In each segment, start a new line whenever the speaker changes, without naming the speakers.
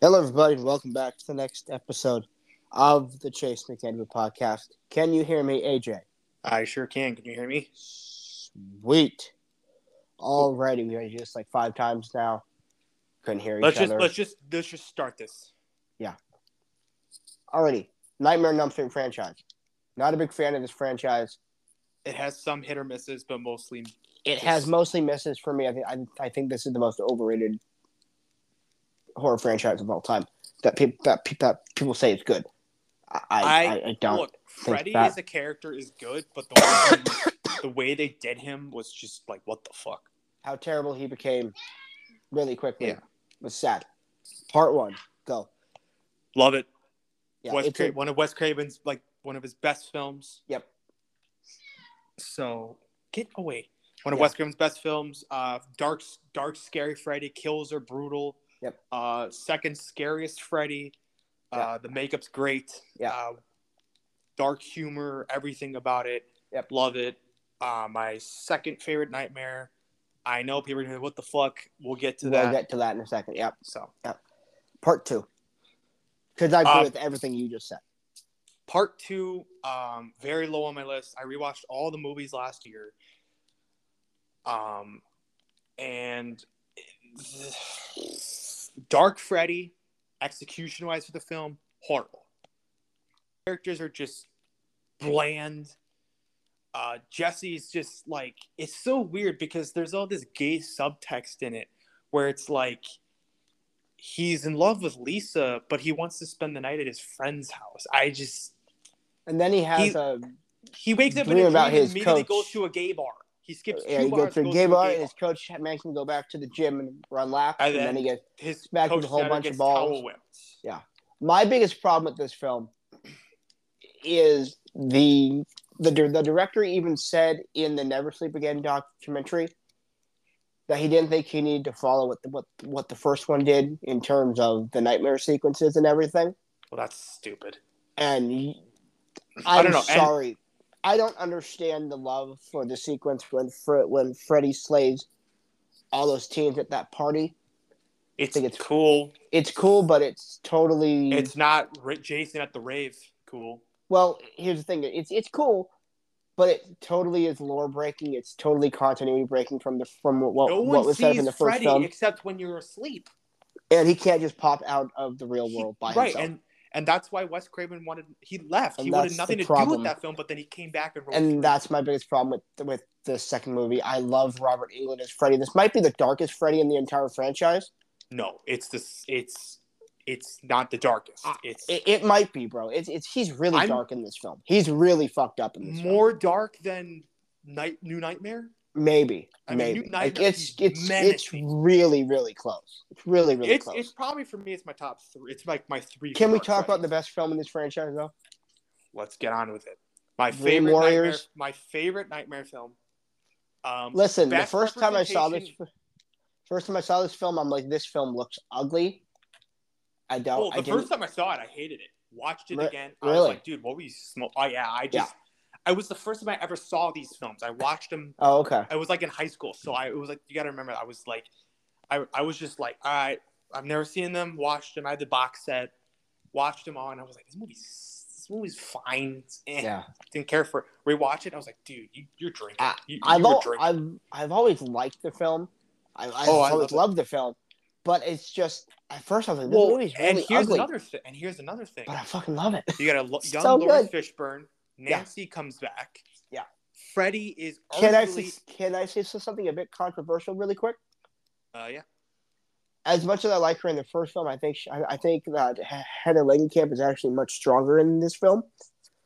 Hello, everybody, and welcome back to the next episode of the Chase McEdward podcast. Can you hear me, AJ?
I sure can. Can you hear me?
Sweet. Alrighty, we already just like five times now. Couldn't hear
Let's
each
just
other.
let's just let's just start this.
Alrighty, Nightmare on Elm Street franchise. Not a big fan of this franchise.
It has some hit or misses, but mostly
It has mostly misses for me. I think I, I think this is the most overrated horror franchise of all time. That people that, pe- that people say it's good. I I, I,
I-
I don't.
look. Freddy
that-
as a character is good, but the way, the way they did him was just like what the fuck.
how terrible he became really quickly
Yeah.
was sad. Part one, go.
Love it.
Yeah,
Wes
it's a-
Cra- one of Wes Craven's like one of his best films.
Yep.
So get away. One of
Yeah.
Wes Craven's best films. Uh, dark, dark, scary Freddy. Kills are brutal.
Yep.
Uh, second scariest Freddy. Uh, the makeup's great.
Yeah.
Uh, dark humor. Everything about it.
Yep.
Love it. Uh, my second favorite nightmare. I know people are gonna be like, what the fuck. We'll get to
we'll
that.
get to that in a second. Yep.
So
Part two. Because I agree
Um,
with everything you just said.
part two um very low on my list i rewatched all the movies last year um and dark freddy execution wise for the film horrible characters are just bland uh jesse's just like it's so weird because there's all this gay subtext in it where it's like he's in love with lisa but he wants to spend the night at his friend's house i just
And then he has
He-
a
he wakes up in
Dream
a
about
dream and
his
immediately
coach.
goes to a gay bar. He skips two
yeah, he
bars,
goes to a
goes
gay bar,
gay
and his coach makes him go back to the gym and run laps,
And
and then,
then-
he gets.
His
back
coach
with a whole
never
bunch of
gets
balls.
towel whipped.
My biggest problem with this film is the the dir- the director even said in the Never Sleep Again documentary that he didn't think he needed to follow what the, what what the first one did in terms of the nightmare sequences and everything.
Well, that's stupid.
And y-
I
I'm
don't know, and-
sorry, I don't understand the love for the sequence when Fre- when Freddy slays all those teens at that party.
It's,
think it's-
cool.
It's cool, but it's totally
It's not Ri- Jason at the rave. Cool.
Well, here's the thing: it's it's cool, but it totally is lore breaking. It's totally continuity breaking from the from what
no
what
one
was set up
sees
in the first
Freddy
film,
except when you're asleep.
and he can't just pop out of the real
He-
world by
right,
himself.
and and that's why Wes Craven wanted. He left.
And
he wanted
that's
nothing
the
to do
problem.
with that film. But then he came back and. rolled
And,
through.
that's my biggest problem with with the second movie. I love Robert England as Freddy. This might be the darkest Freddy in the entire franchise.
no. It's this. It's it's not the darkest.
Ah,
It's
It, it might be, bro. It's it's he's really
I'm-
dark in this film. He's really fucked up in this film.
more dark than night. New Nightmare.
Maybe,
I mean,
maybe.
Newt
like,
Nightmare
it's
is
it's it's
menacing.
really really close. It's really really
it's
close.
it's probably for me. It's my top three. It's like my three.
Can we
favorite
talk about the
Freddy's.
best film in this franchise though?
Let's get on with it. My
Dream
favorite
Warriors?
Nightmare, my favorite nightmare film. Um,
Listen, the
Best
first time I saw this,
representation-
first time I saw this film, I'm like, this film looks ugly. I don't.
well,
I
the
didn't.
first time I saw it, I hated it. Watched it
Re-
again. I was
really?
like, dude, what were you smoking? Oh yeah, I just. I was the first time I ever saw these films. I watched them.
oh, okay.
I was like in high school, so I it was like you got to remember. I was like, I I was just like, all right, I've never seen them. Watched them. I had the box set. Watched them all, and I was like, this movie's this movie's fine. It's eh.
Yeah,
didn't care for it. Rewatch it. I was like, dude, you, you're drinking.
I-
you,
I've
you were
al-
drinking.
I've I've always liked the film. I, I
Oh, I
always
love it.
loved the film, but it's just at first I was like, this
well,
movie's
and
really
here's
ugly,
another thing. And here's another thing.
but I fucking love it.
You got a lo- young
so
Laura Fishburne. Nancy comes back.
Yeah.
Freddy is
Can I
arguably-
say, can I say something a bit controversial really quick?
uh, yeah.
As much as I like her in the first film, I think she, I, I think that H- Heather Langenkamp is actually much stronger in this film.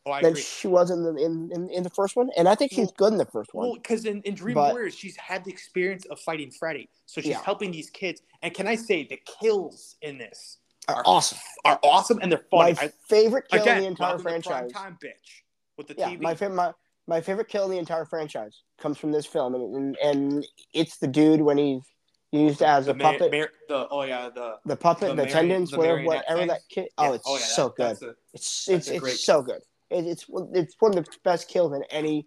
Oh, I
than
agree.
she was in the in, in, in the first one. And I think she's
Well-
good in the first one.
Well, because in, in Dream
But-
Warriors, she's had the experience of fighting Freddy, so she's
Yeah.
helping these kids. And can I say the kills in this
Are awesome.
are awesome and they're uh, funny.
my
I,
favorite kill
again,
in the entire
welcome to
franchise.
Primetime bitch with the
Yeah,
TV.
my, fa- my my favorite kill in the entire franchise comes from this film, and and, and it's the dude when he's used as
the
a
ma-
puppet,
ma- the oh yeah the
the puppet,
the
the
Mary-
tendons,
the
whatever,
marionette
whatever
thing.
that kid. Oh,
yeah,
it's
yeah,
so
that-
good.
that's a-
It's
that's
it's
a great
it's so good. It, it's one- it's one of the best kills in any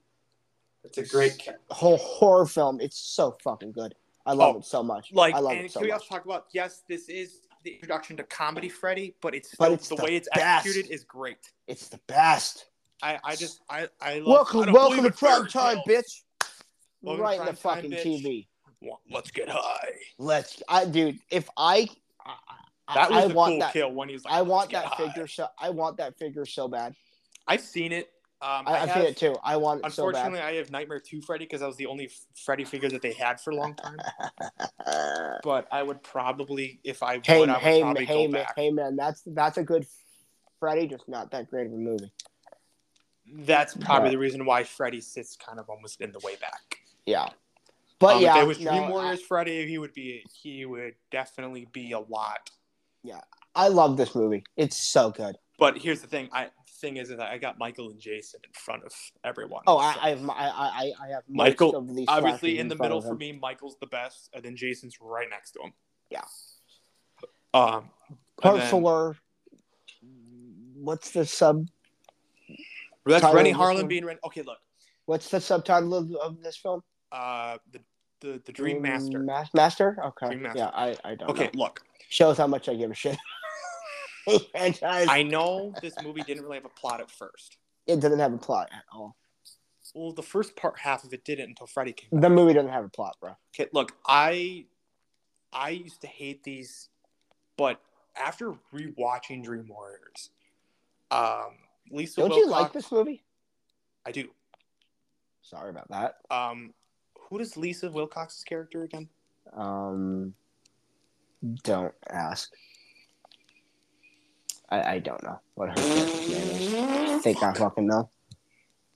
It's a great ca-
whole horror film. It's so fucking good. I love
Oh,
it so much.
like.
I love
and
it so
can we
much.
also talk about? Yes, this is the introduction to comedy Freddy, but it's
But
still,
it's
the,
the
way it's
best.
executed is great.
It's the best.
I, I just I I love, I
welcome,
don't
welcome to
believe in
prime
fairy
time,
tales.
bitch.
Welcome to
right in the
prime time,
fucking
bitch.
TV.
Well, Let's get high.
Let's, I, dude. If I, I, I-
That was
I
the
want
cool
that.
kill when he was like,
I want
"Let's
that
get high."
figure so. I want that figure so bad.
I've seen it. Um,
I, I,
have,
feel it too. I want it so
Unfortunately,
bad.
I have Nightmare 2 Freddy because that was the only f- Freddy figure that they had for a long time. but I would probably, if I would,
Uh, hey,
I would
hey,
probably
hey,
go
man,
back.
hey, man. That's that's a good Freddy, just not that great of a movie.
That's probably
Right.
the reason why Freddy sits kind of almost in the way back.
Yeah, but
Um,
yeah,
if it was
no,
Dream
I-
Warriors Freddy, he would be he would definitely be a lot.
I love this movie. It's so good.
But here's the thing. I thing is that I got Michael and Jason in front of everyone.
Oh, I,
so.
I have, my- I, I, I have most
Michael,
of these
obviously
slashes
in the
front
middle
of
for
him.
me michael's the best and then jason's right next to him
Yeah.
um and
Part
then-
four. What's the sub?
that's
Tyler,
rennie
which
harlan
one?
being Ren- okay look
What's the subtitle of, of this film?
uh the the, the
Mm,
dream master
Ma- master. Okay.
Dream Master.
Yeah, I, I don't.
okay
know.
look
Shows how much I give a shit. Franchise.
i know this movie didn't really have a plot at first
it doesn't have a plot at all.
well the first part half of it didn't until friday came
The movie doesn't have a plot, bro.
Okay, look, I I used to hate these, but after rewatching Dream Warriors, um, Lisa
don't you
Wilcox-
like this movie?
I do.
Sorry about that.
Um, who does Lisa Wilcox's character again?
Um, don't ask. I, I don't know what her character's name is. Think I fucking uh, know.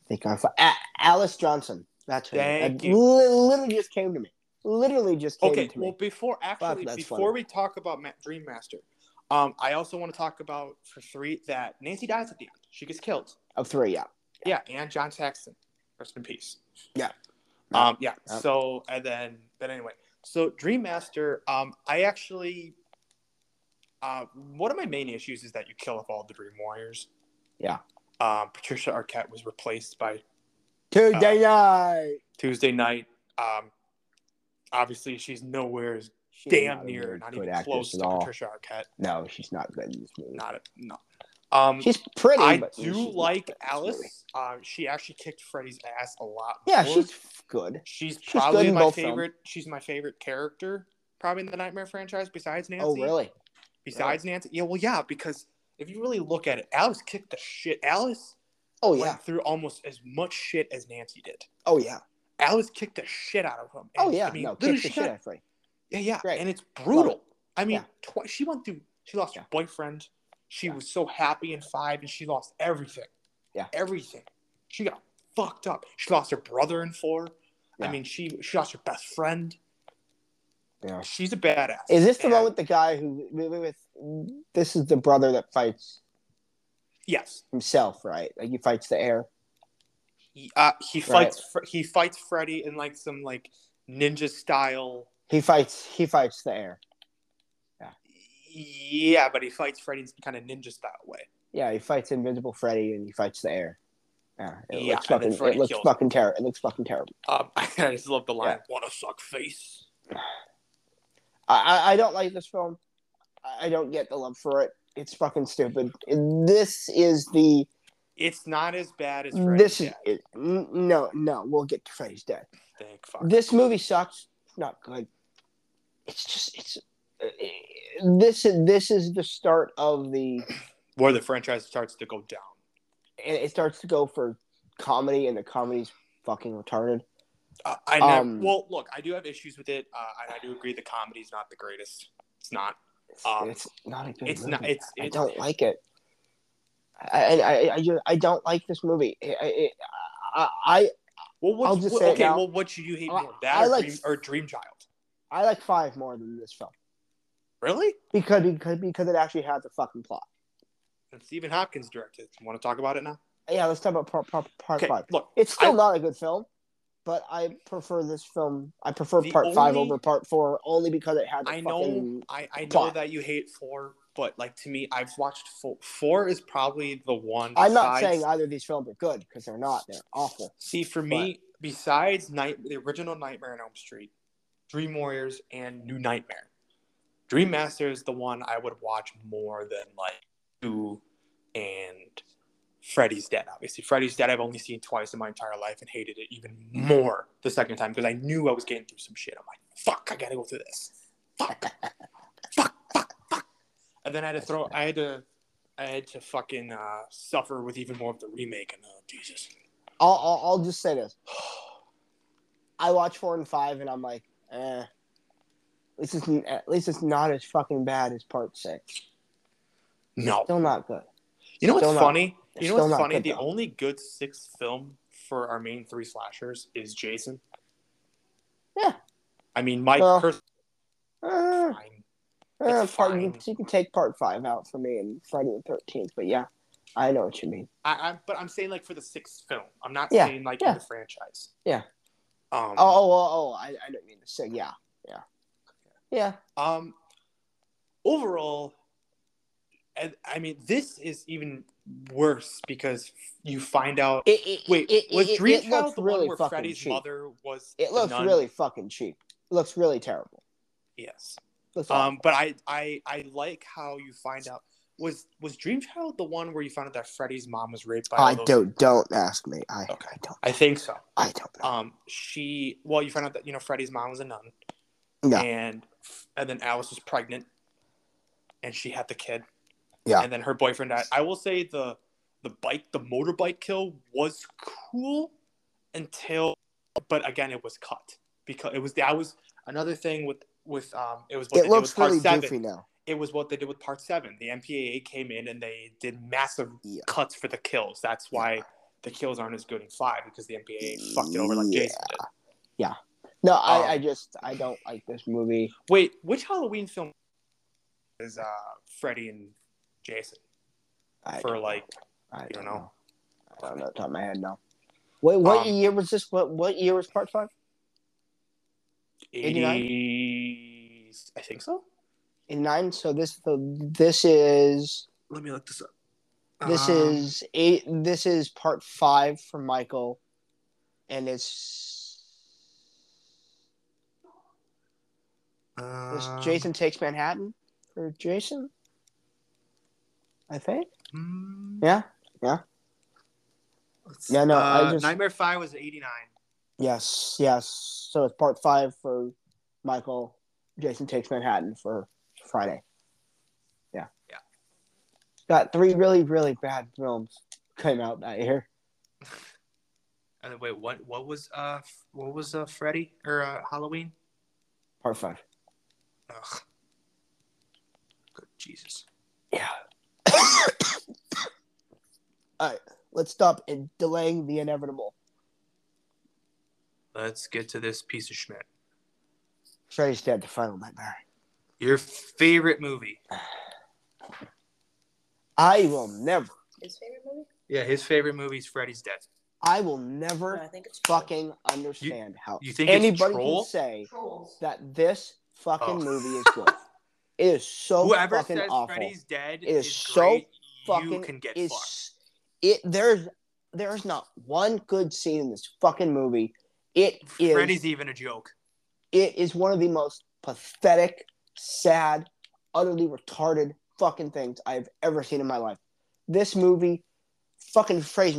Think I fu- A- Alice Johnson. That's her. name.
Thank
That
you.
li- literally just came to me. Literally just came
Okay,
to me.
well, before actually,
that's
before
funny.
we talk about Ma- Dream Master, um, I also want to talk about for three that Nancy dies at the end. She gets killed.
Of Oh, three, yeah.
Yeah, and John Saxon, rest in peace.
Yeah.
Um, yeah.
Yeah.
So and then, but anyway, so Dream Master, um, I actually, uh, one of my main issues is that you kill off all the Dream Warriors.
Yeah.
Um, Patricia Arquette was replaced by
Tuesday night.
Tuesday night. Um, obviously, she's nowhere as
She's not
damn
a
near,
very
not
good
even
actress
close to Patricia Arquette.
No, she's not good in this movie.
Not a, no. Um,
She's pretty.
I
but she's
do
not
like
good in this movie.
Alice. Um, she actually kicked Freddy's ass a lot.
Yeah,
more.
she's f- good.
she's
good
probably
in
my
both of them.
favorite. She's my favorite character, probably in the Nightmare franchise, besides Nancy.
Oh, really?
Besides Nancy, yeah. Well, yeah, because if you really look at it, Alice kicked the shit. Alice
Oh, yeah.
went through almost as much shit as Nancy did.
Oh, yeah.
Alice kicked the shit out of him.
Oh,
And,
yeah.
I mean,
no,
literally,
kick the
she
shit
got-
out of Freddy.
yeah, yeah,
Great.
and it's brutal.
Love
I mean,
Yeah.
twice she went through. She lost
Yeah.
her boyfriend. She was so happy in five, and she lost everything.
Yeah.
everything. She got fucked up. She lost her brother in four.
Yeah.
I mean, she she lost her best friend.
Yeah.
She's a badass.
Is this the
And-
one with the guy who with, with? This is the brother that fights
Yes,
himself, right? Like he fights the air.
he, uh, he fights. Fre- He fights Freddy in like some like ninja style.
He fights. He fights the air.
Yeah, but he fights Freddy in some kind of ninja style way.
Yeah, he fights Invisible Freddy and he fights the air. Yeah, it
Yeah,
looks
and then
fucking. It
Freddy
looks
kills him.
fucking terrible. It looks fucking terrible.
Um, I just love the line.
Yeah.
"Want to suck face?"
I, I I don't like this film. I I don't get the love for it. It's fucking stupid. This is the.
It's not as bad as Freddy's
This is
Dead.
it, n- no no. We'll get to Freddy's death.
Thank fuck.
this movie sucks. It's not good. It's just it's uh, this is this is the start of the
Where the franchise starts to go down.
and it starts to go for comedy and the comedy's fucking retarded.
Uh, I never,
Um,
well, look, I do have issues with it. Uh, and I do agree the comedy's not the greatest. It's not.
It's,
Um,
it's not a good
it's
movie.
not- it's-
Mm-hmm. I
it's-
don't like it. I I I, I, just, I don't like this movie. I I, I, I
Well, what,
I'll just
what-
say it
okay.
now.
Well, what should you hate
I-
more, that
I
or,
like-
Dream, or Dream Child?
I like five more than this film
Really?
because because because it actually has a fucking plot.
And Stephen Hopkins directed. it. Want to talk about it now?
Yeah, let's talk about part part, part
Okay.
five.
Look,
It's still
I-
not a good film, but I prefer this film. I prefer
The
part five
only-
over part four only because it had. The
I know,
fucking-
I, I know
plot.
that you hate four, but like to me, I've watched four. Four is probably the one.
I'm not
besides-
saying either of these films are good because they're not. They're awful.
See, for me, besides night, the original Nightmare on Elm Street, Dream Warriors, and New Nightmare, Dream Master is the one I would watch more than like Two and Freddy's Dead. Obviously, Freddy's Dead I've only seen twice in my entire life and hated it even more the second time because I knew I was getting through some shit. I'm like, fuck, I gotta go through this. Fuck, fuck, fuck, fuck. And then I had to throw. I had to. I had to fucking uh, suffer with even more of the remake. And oh Jesus.
I'll, I'll, I'll just say this. I watch four and five, and I'm like, eh. At least it's, at least it's not as fucking bad as part six.
No.
Still not good.
You know what's
Still not-
funny? You know
still not
what's funny?
good,
The
though.
only good sixth film for our main three slashers is Jason.
Yeah.
I mean, Mike
Well,
Pers-
Uh,
fine.
uh,
It's
part, you,
fine.
you can take part five out for me and Friday the Thirteenth, but yeah, I know what you mean.
I, I, but I'm saying like for the sixth film. I'm not
Yeah,
saying like
yeah.
in the franchise.
Yeah.
Um,
Oh, oh, oh, oh, I, I don't mean to say. Yeah, yeah, yeah.
Um, overall, and, I mean, this is even worse because you find out.
It, it,
wait,
it,
was
it,
Dream
it
Child
looks
the
really
one where
fucking
Freddy's
cheap.
mother was?
It
the
looks
nun?
really fucking cheap. looks really terrible.
Yes.
Looks
Um, but I, I I like how you find out was was Dream Child the one where you found out that Freddy's mom was raped by
awful. I
all those-
don't don't ask me. I
Okay.
I don't
I think so.
I don't know.
Um, she well, you find out that you know Freddy's mom was a nun,
Yeah.
and and then Alice was pregnant, and she had the kid,
Yeah.
and then her boyfriend died. I will say the the bike the motorbike kill was cool until, but again it was cut because it was that was another thing with with um it was what
It
they
looks
did with
really
part seven
goofy now.
it was what they did with part seven. The MPAA came in and they did massive
Yeah.
cuts for the kills. That's why the kills aren't as good in five because the MPAA fucked it over like
Yeah.
Jason did.
No, I,
Um,
I just I don't like this movie.
Wait, which Halloween film is uh, Freddy and Jason
I
for
don't know.
like?
I
don't
don't
know.
know. I don't know off the top of my head now. Wait, what
Um,
year was this? What what year was part five? 89?
80s, I think so.
In nine. So this so this is
Let me look this up.
this
Um,
is eight. This is part five for Michael, and it's, it's
um,
Jason takes Manhattan or Jason. I think.
mm,
Yeah.
let's-
Yeah, no, I
uh,
just-
Nightmare Five was eighty nine.
Yes. Yes. So it's part five for Michael. Jason takes Manhattan for Friday. Yeah.
Yeah.
Got three really really bad films came out that year.
And then wait, what? What was uh? f- What was uh? Freddy or uh, Halloween?
Part five.
Ugh. Good Jesus.
Let's stop in delaying the inevitable.
Let's get to this piece of shit.
Freddy's dead. The final nightmare.
Your favorite movie?
I will never.
His favorite movie?
Yeah, his favorite movie is Freddy's Dead.
I will
No,
never
I think it's
fucking understand how
You think
anybody
it's troll?
can say
Trolls.
that this fucking
Oh.
movie is good. it is so
Whoever
fucking
says
awful.
Freddy's Dead
is
is,
so
great,
fucking
you can get
is
fucked.
it there's there's not one good scene in this fucking movie. It is
Freddy's even a joke.
it is one of the most pathetic, sad, utterly retarded fucking things I've ever seen in my life. This movie, fucking phrase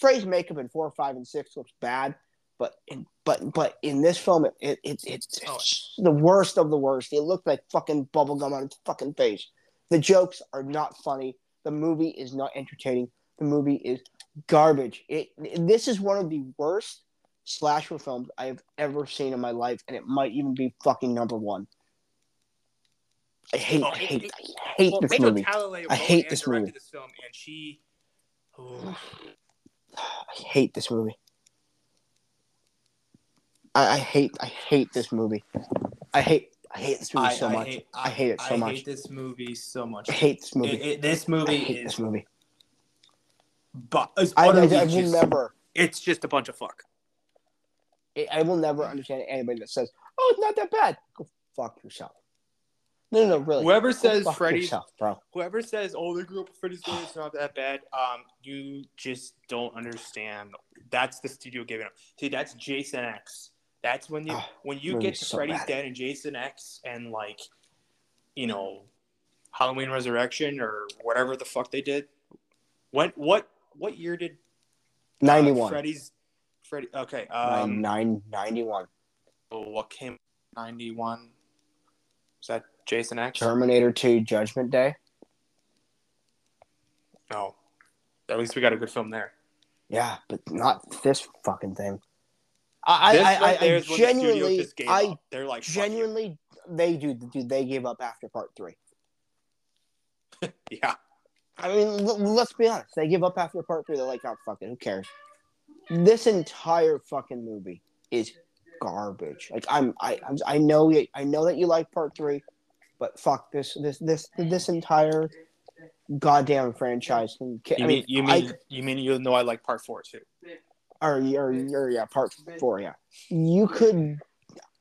phrase makeup in four, five, and six looks bad, but in, but but in this film, it, it, it it's,
Oh.
it's the worst of the worst. It looked like fucking bubblegum on its fucking face. The jokes are not funny. The movie is not entertaining. The movie is garbage. It this is one of the worst slasher films I have ever seen in my life, and it might even be fucking number one. I hate,
Oh,
I
it-
hate,
it-
I hate
well,
this
Rachel
movie.
Talalay
I
wrote
hate
and
this
directed
movie.
this film, and she. oh, Ooh.
I hate this movie. I, I hate, I hate this movie. I hate, I hate this movie so much.
Hate,
I hate it so
I
much.
hate this movie so much.
I hate this
It-
movie.
it- this
I
movie
hate
is
this movie.
But it's
I, I,
utterly
I will
just-
never,
It's just a bunch of fuck.
I- I will never understand anybody that says, "Oh, it's not that bad." Go fuck yourself. No, no, no really.
Whoever
Go
says
fuck
Freddy's,
yourself, bro.
whoever says, "Oh, the group of Freddy's Dead is not that bad," um, you just don't understand. That's the studio giving up. See, that's Jason X. That's when you
Ah,
when you
movie's
get to
so
Freddy's
bad.
Dead and Jason X and like you know, Halloween Resurrection or whatever the fuck they did. When what what year did uh,
91.
Freddy's Freddy okay,
Nine-
um
nine- 91.
oh, what came 91 Was that Jason X?
Terminator 2 Judgment Day.
No. At least we got a good film there.
Yeah, but not this fucking thing. I,
This
I,
right
I,
there
I
is when the studio
genuinely,
just gave
I
up. they're like fuck you.
genuinely, they do, do they give up after part three?
yeah.
I mean, l- let's be honest, they give up after part three. They're like, oh fuck it, who cares? This entire fucking movie is garbage. Like I'm, I, I'm, I know, you, I know that you like part three, but fuck this, this, this, this entire goddamn franchise. Can, I
You
mean,
mean you
I-
mean you mean you know I like part 4 too.
or, or, or yeah, part four, yeah. You could,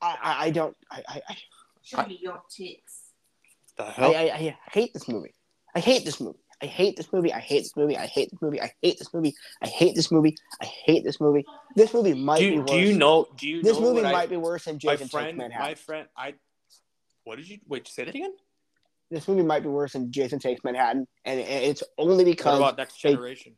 I, I, I don't, I, I, I
Show me your tits.
The hell?
I, I, I hate this movie. I hate this movie. I hate this movie. I hate this movie. I hate this movie. I hate this movie. I hate this movie. I hate this movie. This movie might
do,
be
you-
worse.
do you know do you
this
know
movie
what I-
might be worse than
my
Jason Takes
friend
Manhattan.
my friend I What did you wait, say that again?
This movie might be worse than Jason Takes Manhattan, and, and it's only
What
because
about next
they-
generation?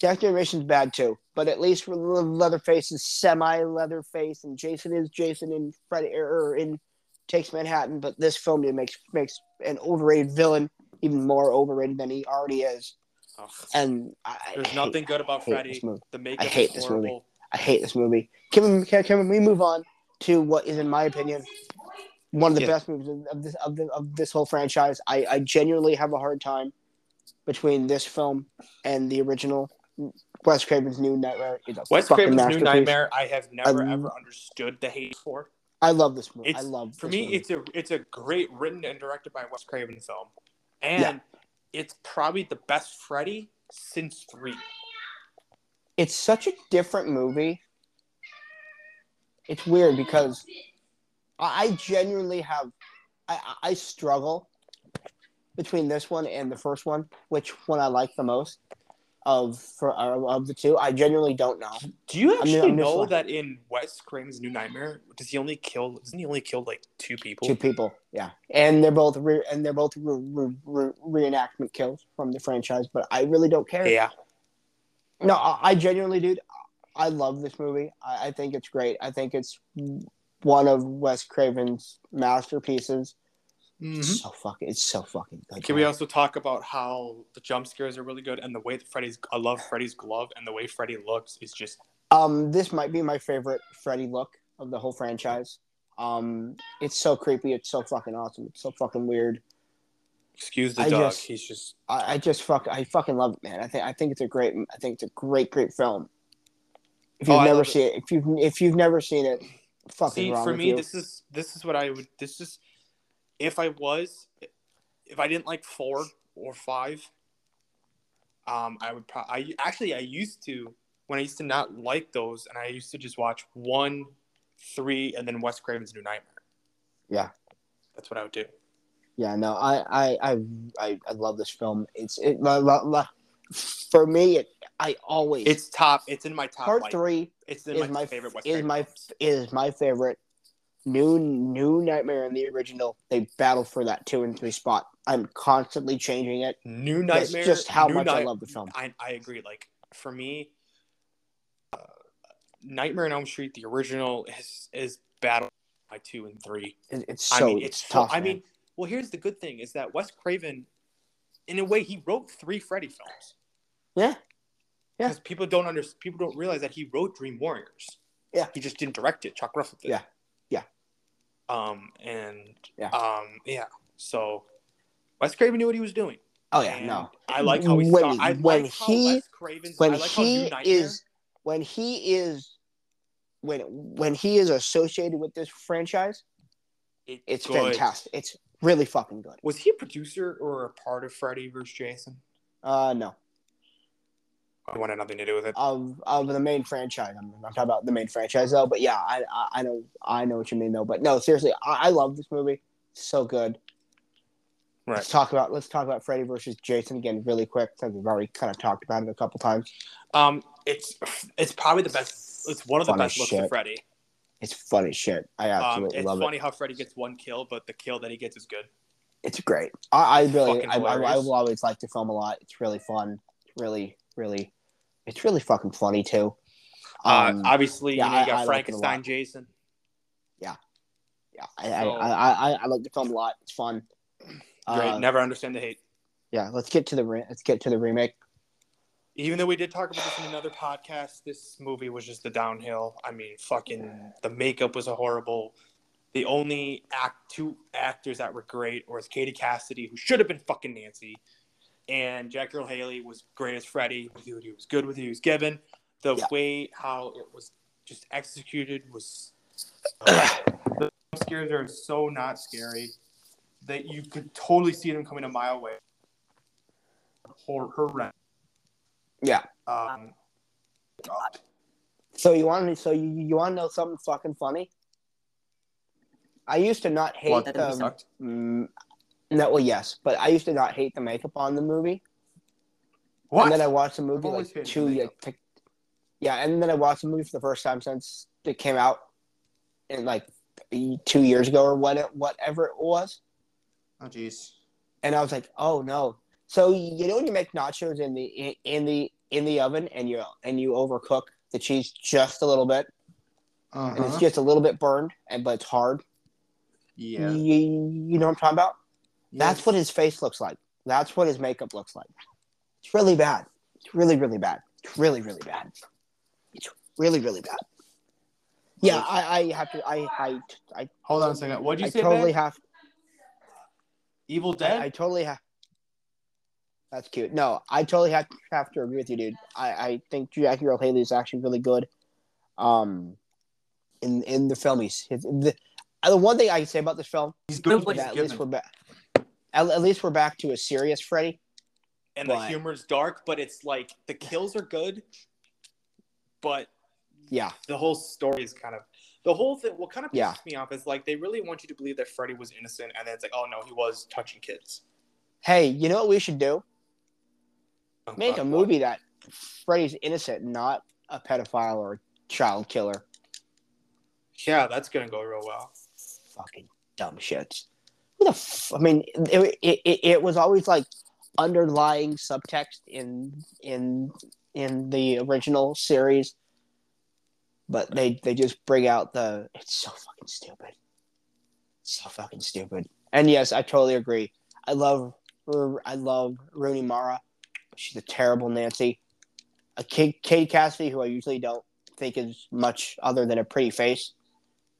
Jack Generation's bad too. But at least Le- Leatherface is semi Leatherface, and Jason is Jason in Freddy or in Takes Manhattan. But this film it makes makes an overrated villain even more overrated than he already is.
Ugh.
And I,
There's
I hate-
nothing good about
I hate this
Freddy.
movie.
The makeup
I hate
is
this
horrible.
movie. I hate this movie. Can we, can, can we move on to what is, in my opinion, one of the
Yeah.
best movies of- of this of, the, of this whole franchise? I, I genuinely have a hard time between this film and the original. Wes Craven's New Nightmare is a
Wes
fucking
Craven's New
masterpiece.
Nightmare, I have never
Um,
ever understood the hate for.
I love this movie. I
It's-
love
For
this
me,
movie.
it's a it's a great written and directed by Wes Craven film, and it's probably the best Freddy since three.
it's such a different movie. It's weird because I, I genuinely have I, I I struggle between this one and the first one, which one I like the most of for uh, of the two. I genuinely don't know.
Do you
I'm
actually
gonna- I'm gonna
know
select-
that in Wes Craven's New Nightmare, does he only kill? Doesn't he only kill like two people?
Two people, yeah, and they're both re- and they're both re- re- re- reenactment kills from the franchise, but I really don't care.
Yeah,
No, I, I genuinely, dude, I love this movie. I, I think it's great. I think it's one of Wes Craven's masterpieces. It's so fucking, it's so fucking good.
Mm-hmm. Can
man.
we also talk about how the jump scares are really good and the way that Freddy's? I love Freddy's glove and the way Freddy looks is just
Um, this might be my favorite Freddy look of the whole franchise. Um, it's so creepy. It's so fucking awesome. It's so fucking weird.
excuse the
I
dog.
just-
He's just
I, I just fuck. I fucking love it, man. I think I think it's a great. I think it's a great, great film. If
Oh,
you've
I
never
love it.
seen it, if you've if you've never seen it, fucking
See,
wrong
for
with
me,
you.
this is this is what I would. This is if I was, if I didn't like four or five, um, I would probably. I actually I used to when I used to not like those, and I used to just watch one, three, and then Wes Craven's New Nightmare.
Yeah.
that's what I would do.
Yeah, no, I, I, I, I, I love this film. It's it, la, la, la, for me. It, I always
It's top. It's in my top.
part
like,
three
It's in
is
my,
my
favorite. Wes
is
Craven
my
films.
is my favorite. New New Nightmare in the original. They battle for that two and three spot. I'm constantly changing it.
New
That's
Nightmare.
just how
New
much I
Night-
love the film.
I, I agree. Like for me, uh, Nightmare on Elm Street, the original, is is battle by two and three.
It, it's
I
so
mean,
it's
it's
tough.
I
man.
mean, well, here's the good thing is that Wes Craven, in a way, he wrote three Freddy films.
Yeah. Yeah.
Because people don't under, people don't realize that he wrote Dream Warriors.
Yeah.
He just didn't direct it. Chuck Russell did.
Yeah. Yeah.
Um and
Yeah.
um yeah. So Wes Craven knew what he was doing.
oh yeah,
And
no.
I like how he
When-
started. I
when
like
he-
how Wes Craven's,
When
I like how
he
New Nightmare,
is, when he is, when when he is associated with this franchise, it's
good.
fantastic. It's really fucking good.
Was he a producer or a part of Freddy vs. Jason?
Uh, no.
I wanted nothing to do with it.
of of the main franchise. I'm, I'm talking about the main franchise though, but yeah, I, I I know I know what you mean though. But no, seriously, I, I love this movie. It's so good.
right.
Let's talk about let's talk about Freddy versus Jason again really quick since we've already kind of talked about it a couple times.
Um, it's it's probably the best. It's one of the
Funny
best looks
shit.
of Freddy.
It's funny shit. I
Um,
absolutely
it's
love
funny how Freddy gets one kill, but the kill that he gets is good.
It's great. I, I really,
Fucking
I, I, I
hilarious.
will always like the film a lot. It's really fun. It's really, really, it's really fucking funny too. Um,
uh, obviously,
yeah,
you know,
I-
you got
I like it a lot.
Frankenstein, Jason.
yeah, I, I,
so-
I, I, I like the film a lot. It's fun.
Great.
Uh,
Never understand the hate.
yeah, let's get to the re- let's get to the remake.
Even though we did talk about this in another podcast, this movie was just the downhill. I mean, fucking the makeup was horrible. The only act two actors that were great was Katie Cassidy, who should have been fucking Nancy, and Jack Earl Haley was great as Freddy. Dude, he was good with who he was given. The
Yeah.
way how it was just executed was the jump scares are so not scary that you could totally see them coming a mile away. Hor- horrendous.
Yeah.
Um,
So you want to? So you you want to know something fucking funny? I used to not hate
What?
the.
That sucked.
Mm, no, well, yes, but I used to not hate the makeup on the movie,
What?
and then I watched the movie
I've always
like
hated the
two.
makeup.
Like, tick- yeah, and then I watched the movie for the first time since it came out, in like two years ago or what, whatever it was,
oh, jeez.
and I was like, oh no. So you know when you make nachos in the in the in the oven and you and you overcook the cheese just a little bit and it's
Uh-huh.
just a little bit burned and but it's hard.
Yeah.
You, you know what I'm talking about? That's what his face looks like. That's what his makeup looks like. It's really bad. It's really, really bad. It's really, really bad. It's really, really bad. Yeah, I, I have to. I, I, I,
Hold on a second. What'd you
I
say?
totally
man?
have.
Evil Dead.
I, I totally have. That's cute. No, I totally have, have to agree with you, dude. I, I think Jackie Earl Haley is actually really good. Um, in in the film, he's his- the, uh, the one thing I can say about this film.
He's good.
is
He's
that at least we're
given.
back. At, at least we're back to a serious Freddy.
And the
but-
humor's dark, but it's like the kills are good, but
Yeah,
the whole story is kind of the whole thing. What kind of pisses
Yeah.
me off is like they really want you to believe that Freddy was innocent, and then it's like, oh no, he was touching kids.
Hey, you know what we should do?
Oh,
Make
God,
a
what?
movie that Freddy's innocent, not a pedophile or a child killer.
Yeah, that's gonna go real well.
Fucking dumb shits. Who the f- I mean, it, it, it, it was always like underlying subtext in in in the original series, but they they just bring out the. It's so fucking stupid. So fucking stupid. And yes, I totally agree. I love I love Rooney Mara. She's a terrible Nancy. A kid, Katie Cassidy, who I usually don't think is much other than a pretty face,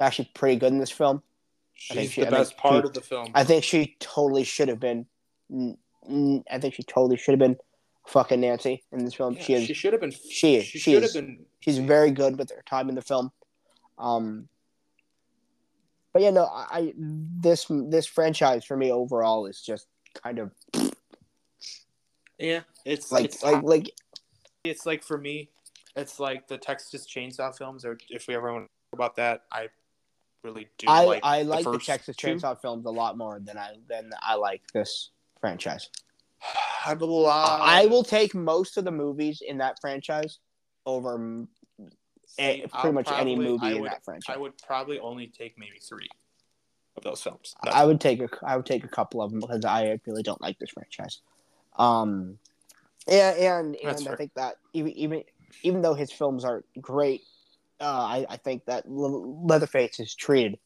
actually pretty good in this film. think
She's
she- I
the
think
best part
she-
of the film.
I think she totally should have been. mm, mm, I think she totally should have been fucking Nancy in this film.
Yeah,
she is.
she should have been.
she is- she
should
is-
have been.
she's very good with her time in the film. Um, but yeah, no, I, I this this franchise for me overall is just kind of
Yeah, it's
like
it's,
like like
it's like for me, it's like the Texas Chainsaw films. Or if we ever want to talk about that, I really do.
I
like
I like the,
first
Texas
two.
Chainsaw films a lot more than I than I like this franchise.
I'm a lot.
I will take most of the movies in that franchise over m- eh,
See,
pretty
I'll
much any
probably-
movie
I
in
would,
that franchise.
I would probably only take maybe three of those films. That's-
I would take a I would take a couple of them because I really don't like this franchise. Um, yeah, and
That's
and I
fair.
think that even even even though his films aren't great, uh, I I think that Le- Leatherface is treated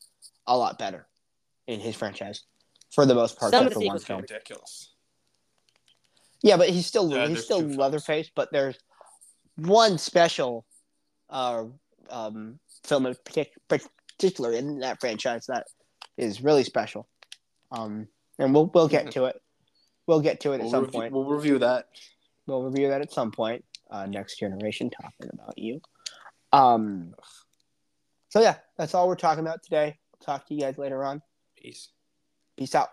a lot better in his franchise for the most part.
Some
except
of the
for one
sequels
film.
ridiculous.
Yeah, but he's still
Yeah,
he's
there's
still
two films.
Leatherface. But there's one special uh, um, film in partic- particular in that franchise that is really special. Um, and we'll we'll get to it. We'll get to it at
We'll
some
review,
point.
we'll review that.
We'll review that at some point. Uh, next generation talking about you. Um, so yeah, that's all we're talking about today. Talk to you guys later on.
Peace.
Peace out.